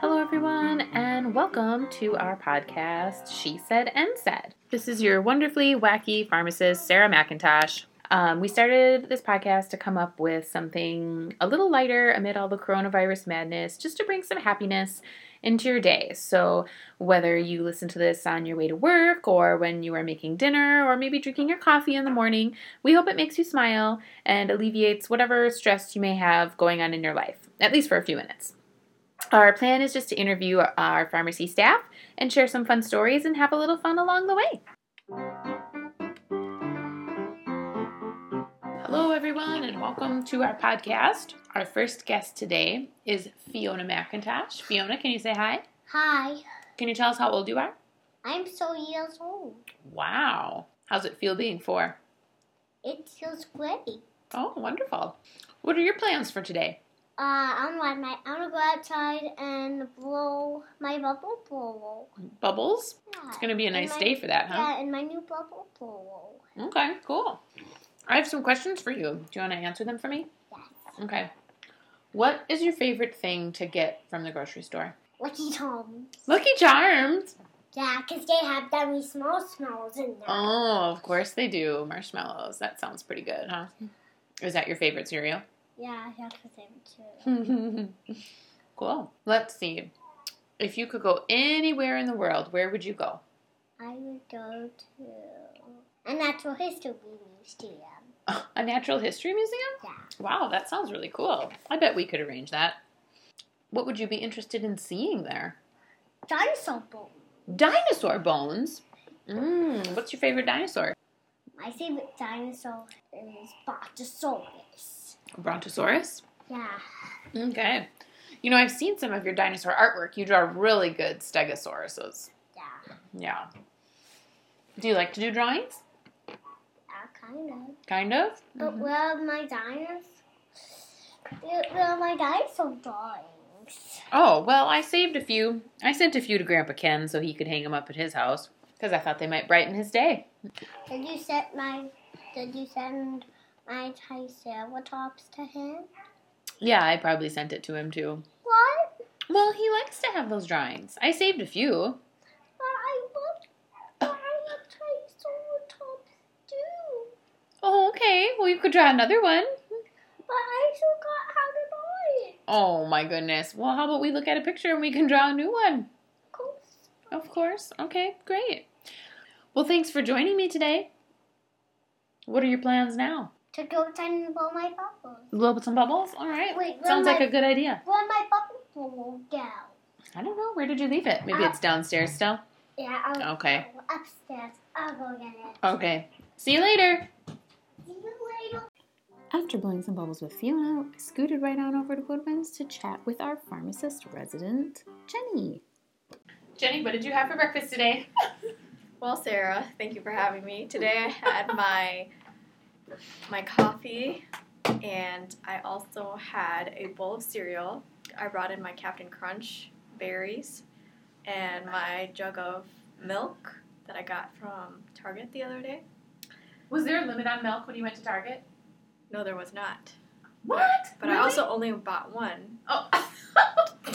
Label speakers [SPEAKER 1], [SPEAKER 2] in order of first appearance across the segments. [SPEAKER 1] Hello, everyone, and welcome to our podcast, She Said and Said. This is your wonderfully wacky pharmacist, Sarah McIntosh. Um, we started this podcast to come up with something a little lighter amid all the coronavirus madness, just to bring some happiness into your day. So, whether you listen to this on your way to work, or when you are making dinner, or maybe drinking your coffee in the morning, we hope it makes you smile and alleviates whatever stress you may have going on in your life, at least for a few minutes. Our plan is just to interview our pharmacy staff and share some fun stories and have a little fun along the way. Hello, everyone, and welcome to our podcast. Our first guest today is Fiona McIntosh. Fiona, can you say hi?
[SPEAKER 2] Hi,
[SPEAKER 1] Can you tell us how old you are?
[SPEAKER 2] I'm so years old.
[SPEAKER 1] Wow. How's it feel being four?
[SPEAKER 2] It feels great.
[SPEAKER 1] Oh, wonderful. What are your plans for today?
[SPEAKER 2] Uh, I'm gonna my I'm gonna go outside and blow my bubble blow.
[SPEAKER 1] Bubbles? It's going to be a
[SPEAKER 2] And
[SPEAKER 1] nice
[SPEAKER 2] my-
[SPEAKER 1] day for that, huh?
[SPEAKER 2] Yeah, and my new bubble blow.
[SPEAKER 1] Okay, cool. I have some questions for you. Do you want to answer them for me?
[SPEAKER 2] Yes.
[SPEAKER 1] Okay. What is your favorite thing to get from the grocery store?
[SPEAKER 2] Lucky Toms.
[SPEAKER 1] Lucky Charms.
[SPEAKER 2] Yeah, 'cause they have dummy small smells in there.
[SPEAKER 1] Oh, of course they do. Marshmallows. That sounds pretty good, huh? Is that your favorite cereal?
[SPEAKER 2] Yeah, that's the same too.
[SPEAKER 1] cool. Let's see. If you could go anywhere in the world, where would you go?
[SPEAKER 2] I would go to a natural history museum.
[SPEAKER 1] A natural history museum?
[SPEAKER 2] Yeah.
[SPEAKER 1] Wow, that sounds really cool. I bet we could arrange that. What would you be interested in seeing there?
[SPEAKER 2] Dinosaur bone.
[SPEAKER 1] Dinosaur bones. Mm, what's your favorite dinosaur?
[SPEAKER 2] My favorite dinosaur is Brontosaurus.
[SPEAKER 1] Brontosaurus.
[SPEAKER 2] Yeah.
[SPEAKER 1] Okay. You know, I've seen some of your dinosaur artwork. You draw really good stegosauruses.
[SPEAKER 2] Yeah.
[SPEAKER 1] Yeah. Do you like to do drawings?
[SPEAKER 2] Yeah, kind of.
[SPEAKER 1] Kind of.
[SPEAKER 2] uh, But
[SPEAKER 1] Mhm.
[SPEAKER 2] where are my dinosaurs? Where where are my dinosaur drawings?
[SPEAKER 1] Oh, well, I saved a few. I sent a few to Grandpa Ken so he could hang them up at his house because I thought they might brighten his day.
[SPEAKER 2] Did you send my Did you send my Triceratops to him?
[SPEAKER 1] Yeah, I probably sent it to him too.
[SPEAKER 2] What?
[SPEAKER 1] Well, he likes to have those drawings. I saved a few.
[SPEAKER 2] But I want but I want Triceratops too.
[SPEAKER 1] Oh, okay. Well, you could draw another one.
[SPEAKER 2] But I forgot how to draw it.
[SPEAKER 1] Oh, my goodness. Well, how about we look at a picture and we can draw a new one?
[SPEAKER 2] Of course.
[SPEAKER 1] Of course. Okay, great. Well, thanks for joining me today. What are your plans now?
[SPEAKER 2] To go down and blow my bubbles.
[SPEAKER 1] Blow some bubbles? All right.
[SPEAKER 2] Wait, where
[SPEAKER 1] Sounds
[SPEAKER 2] am
[SPEAKER 1] like
[SPEAKER 2] I-
[SPEAKER 1] a good idea.
[SPEAKER 2] Where my bubble bubble go?
[SPEAKER 1] I don't know. Where did you leave it? Maybe
[SPEAKER 2] Uh,
[SPEAKER 1] it's downstairs still?
[SPEAKER 2] Yeah, I'll
[SPEAKER 1] Okay.
[SPEAKER 2] go upstairs. I'll go get it.
[SPEAKER 1] Okay. See you later.
[SPEAKER 2] See you later.
[SPEAKER 1] After blowing some bubbles with Fiona, I scooted right on over to Woodwinds to chat with our pharmacist resident, Jenny. Jenny, what did you have for breakfast today?
[SPEAKER 3] Well, Sarah, thank you for having me. Today I had my my coffee and I also had a bowl of cereal. I brought in my Captain Crunch berries and my jug of milk that I got from Target the other day.
[SPEAKER 1] Was there a limit on milk when you went to Target?
[SPEAKER 3] No, there was not.
[SPEAKER 1] What?
[SPEAKER 3] But I also only bought one.
[SPEAKER 1] Oh.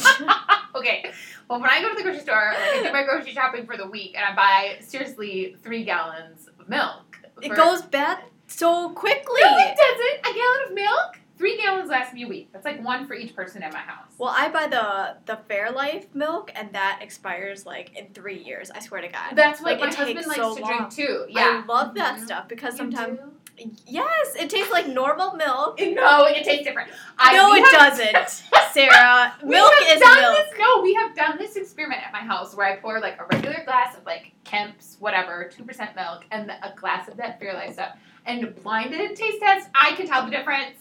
[SPEAKER 1] okay. Well, when I go to the grocery store, like, I do my grocery shopping for the week, and I buy seriously three gallons of milk. for-
[SPEAKER 3] It goes bad so quickly.
[SPEAKER 1] No, it doesn't. A gallon of milk. Three gallons lasts me a week. That's like one for each person at my house.
[SPEAKER 3] Well, I buy the the Fairlife milk and that expires like in 3 years. I swear to god.
[SPEAKER 1] that's what
[SPEAKER 3] like,
[SPEAKER 1] my
[SPEAKER 3] it
[SPEAKER 1] husband
[SPEAKER 3] takes
[SPEAKER 1] likes
[SPEAKER 3] so
[SPEAKER 1] to
[SPEAKER 3] long.
[SPEAKER 1] drink too. Yeah.
[SPEAKER 3] I love that
[SPEAKER 1] Mhm.
[SPEAKER 3] stuff because
[SPEAKER 1] You
[SPEAKER 3] sometimes
[SPEAKER 1] do?
[SPEAKER 3] yes, it tastes like normal milk.
[SPEAKER 1] No, it tastes different. I,
[SPEAKER 3] no,
[SPEAKER 1] we
[SPEAKER 3] it
[SPEAKER 1] have-
[SPEAKER 3] doesn't, Sarah.
[SPEAKER 1] we
[SPEAKER 3] milk
[SPEAKER 1] have
[SPEAKER 3] is
[SPEAKER 1] done
[SPEAKER 3] milk.
[SPEAKER 1] This, no, we have done this experiment at my house where I pour like a regular glass of like Kemp's whatever, two percent milk, and a glass of that Fairlife stuff. And blinded taste test, I can tell the difference.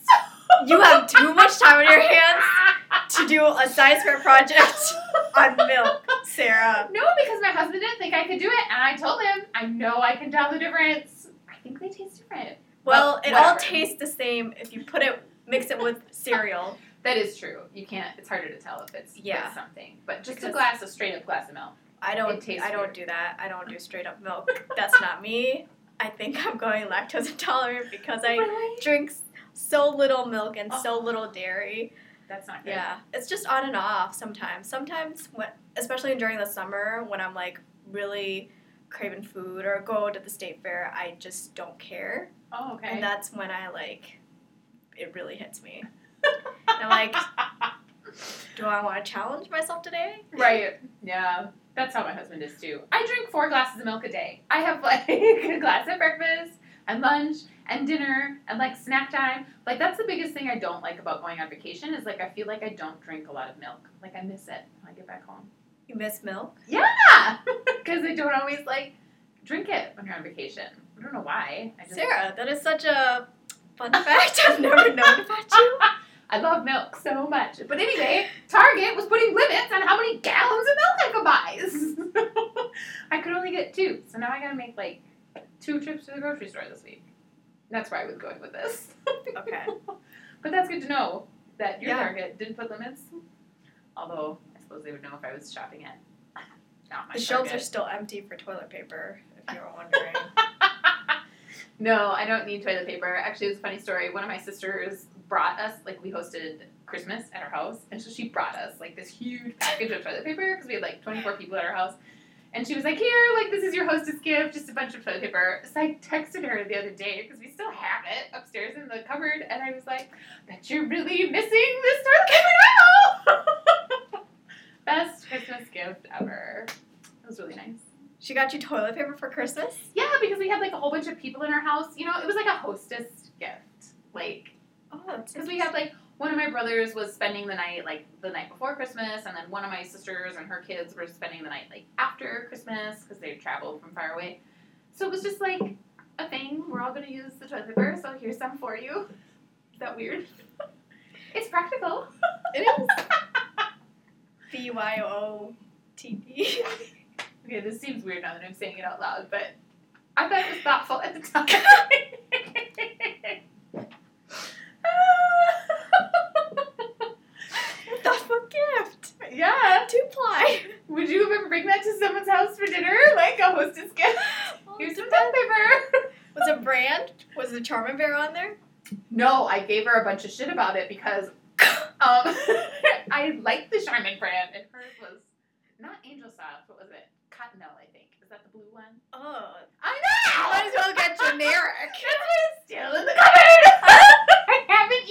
[SPEAKER 3] You have too much time on your hands to do a seismic project on milk, Sarah.
[SPEAKER 1] no, because my husband didn't think I could do it, and I told him I know I can tell the difference. I think they taste different.
[SPEAKER 3] Well,
[SPEAKER 1] Well,
[SPEAKER 3] it all
[SPEAKER 1] whatever.
[SPEAKER 3] tastes the same if you put it, mix it with cereal.
[SPEAKER 1] That is true. You can't. It's harder to tell if it's with
[SPEAKER 3] Yeah.
[SPEAKER 1] something. But just a
[SPEAKER 3] Because-
[SPEAKER 1] glass, a straight up glass of milk.
[SPEAKER 3] I don't.
[SPEAKER 1] It tastes
[SPEAKER 3] I don't
[SPEAKER 1] weird.
[SPEAKER 3] do that. I don't do straight up milk. That's not me. I think I'm going lactose intolerant because I
[SPEAKER 1] Really? Oh.
[SPEAKER 3] drink s- so little milk and so little dairy.
[SPEAKER 1] That's not good.
[SPEAKER 3] Yeah, it's just on and off sometimes. Sometimes, when, especially during the summer when I'm like really craving food or go to the state fair, I just don't care,
[SPEAKER 1] Oh, okay.
[SPEAKER 3] and that's when I like it really hits me. and I'm like, do I want to challenge myself today?
[SPEAKER 1] right. Yeah. That's how my husband is too. I drink four glasses of milk a day. I have like a glass at breakfast and lunch and dinner and like snack time. Like that's the biggest thing I don't like about going on vacation is like I feel like I don't drink a lot of milk. Like I miss it when I get back home.
[SPEAKER 3] You miss milk?
[SPEAKER 1] Yeah, because I don't always like drink it when you're on vacation. I don't know why. I just,
[SPEAKER 3] Sarah, "Oh, that is such a fun fact I've never known about you.
[SPEAKER 1] I love milk so much. But anyway, Target was putting limits on how many gallons of milk I could buy. So, I could only get two. So now I gotta make like two trips to the grocery store this week. That's where I was going with this.
[SPEAKER 3] Okay.
[SPEAKER 1] But that's good to know that your
[SPEAKER 3] Yeah.
[SPEAKER 1] Target didn't put limits. Although I suppose they would know if I was shopping at not my
[SPEAKER 3] The shelves are
[SPEAKER 1] Target.
[SPEAKER 3] still empty for toilet paper, if you were wondering.
[SPEAKER 1] No, I don't need toilet paper. Actually, it was a funny story. One of my sisters brought us, like, we hosted Christmas at her house, and so she brought us, like, this huge package of toilet paper because we had, like, 24 people at our house. And she was like, Here, like, this is your hostess gift, just a bunch of toilet paper. So I texted her the other day because we still have it upstairs in the cupboard, and I was like, Bet you're really missing this toilet paper now! Best Christmas gift ever. It was really nice.
[SPEAKER 3] she got you toilet paper for Christmas?
[SPEAKER 1] Yeah, because we had like a whole bunch of people in our house. You know, it was like a hostess gift. Like,
[SPEAKER 3] Oh, that's
[SPEAKER 1] because we had like one of my brothers was spending the night like the night before Christmas, and then one of my sisters and her kids were spending the night like after Christmas because they traveled from far away. So it was just like a thing. We're all gonna use the toilet paper, so here's some for you. Is that weird? it's practical.
[SPEAKER 3] It is. B Y O T E.
[SPEAKER 1] Okay, this seems weird now that I'm saying it out loud, but I thought it was thoughtful at the time.
[SPEAKER 3] Thoughtful gift.
[SPEAKER 1] yeah.
[SPEAKER 3] Two ply.
[SPEAKER 1] Would you ever bring that to someone's house for dinner? Like a hostess gift? Here's some toilet paper.
[SPEAKER 3] Was it brand? Was the Charmin Bear on there?
[SPEAKER 1] No, I gave her a bunch of shit about it because um, I liked the Charmin brand, and hers was not Angel Soft. What was it? Cottonelle, I think. Is that the blue one?
[SPEAKER 3] Oh.
[SPEAKER 1] I know.
[SPEAKER 3] Might as well get generic.
[SPEAKER 1] That's why it's still in the cupboard. I haven't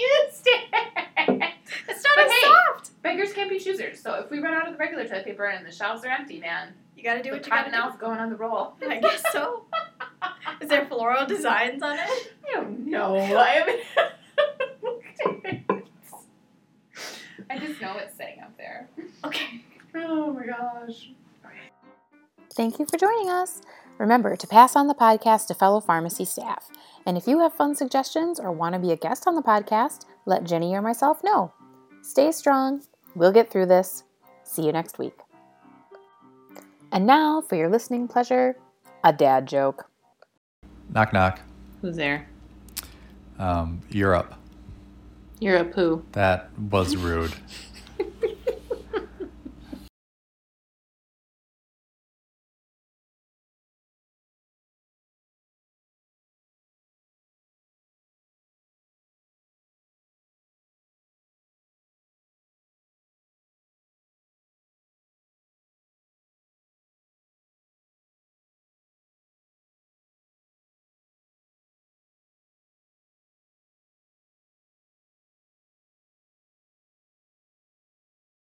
[SPEAKER 1] used it.
[SPEAKER 3] It's not
[SPEAKER 1] But
[SPEAKER 3] as
[SPEAKER 1] hey.
[SPEAKER 3] soft.
[SPEAKER 1] Beggars can't be choosers. So if we run out of the regular toilet paper and the shelves are empty, man,
[SPEAKER 3] You gotta do
[SPEAKER 1] the
[SPEAKER 3] what you gotta
[SPEAKER 1] cottonelle's going on the roll.
[SPEAKER 3] do. I guess so. Is there floral designs on it?
[SPEAKER 1] I don't know. I haven't looked at it. I just know it's sitting up there.
[SPEAKER 3] Okay.
[SPEAKER 1] Oh my gosh.
[SPEAKER 4] Thank you for joining us. Remember to pass on the podcast to fellow pharmacy staff. And if you have fun suggestions or want to be a guest on the podcast, let Jenny or myself know. Stay strong. We'll get through this. See you next week. And now, for your listening pleasure, a dad joke.
[SPEAKER 5] Knock knock.
[SPEAKER 1] Who's there?
[SPEAKER 5] Um, Europe.
[SPEAKER 1] You're a poo.
[SPEAKER 5] That was rude.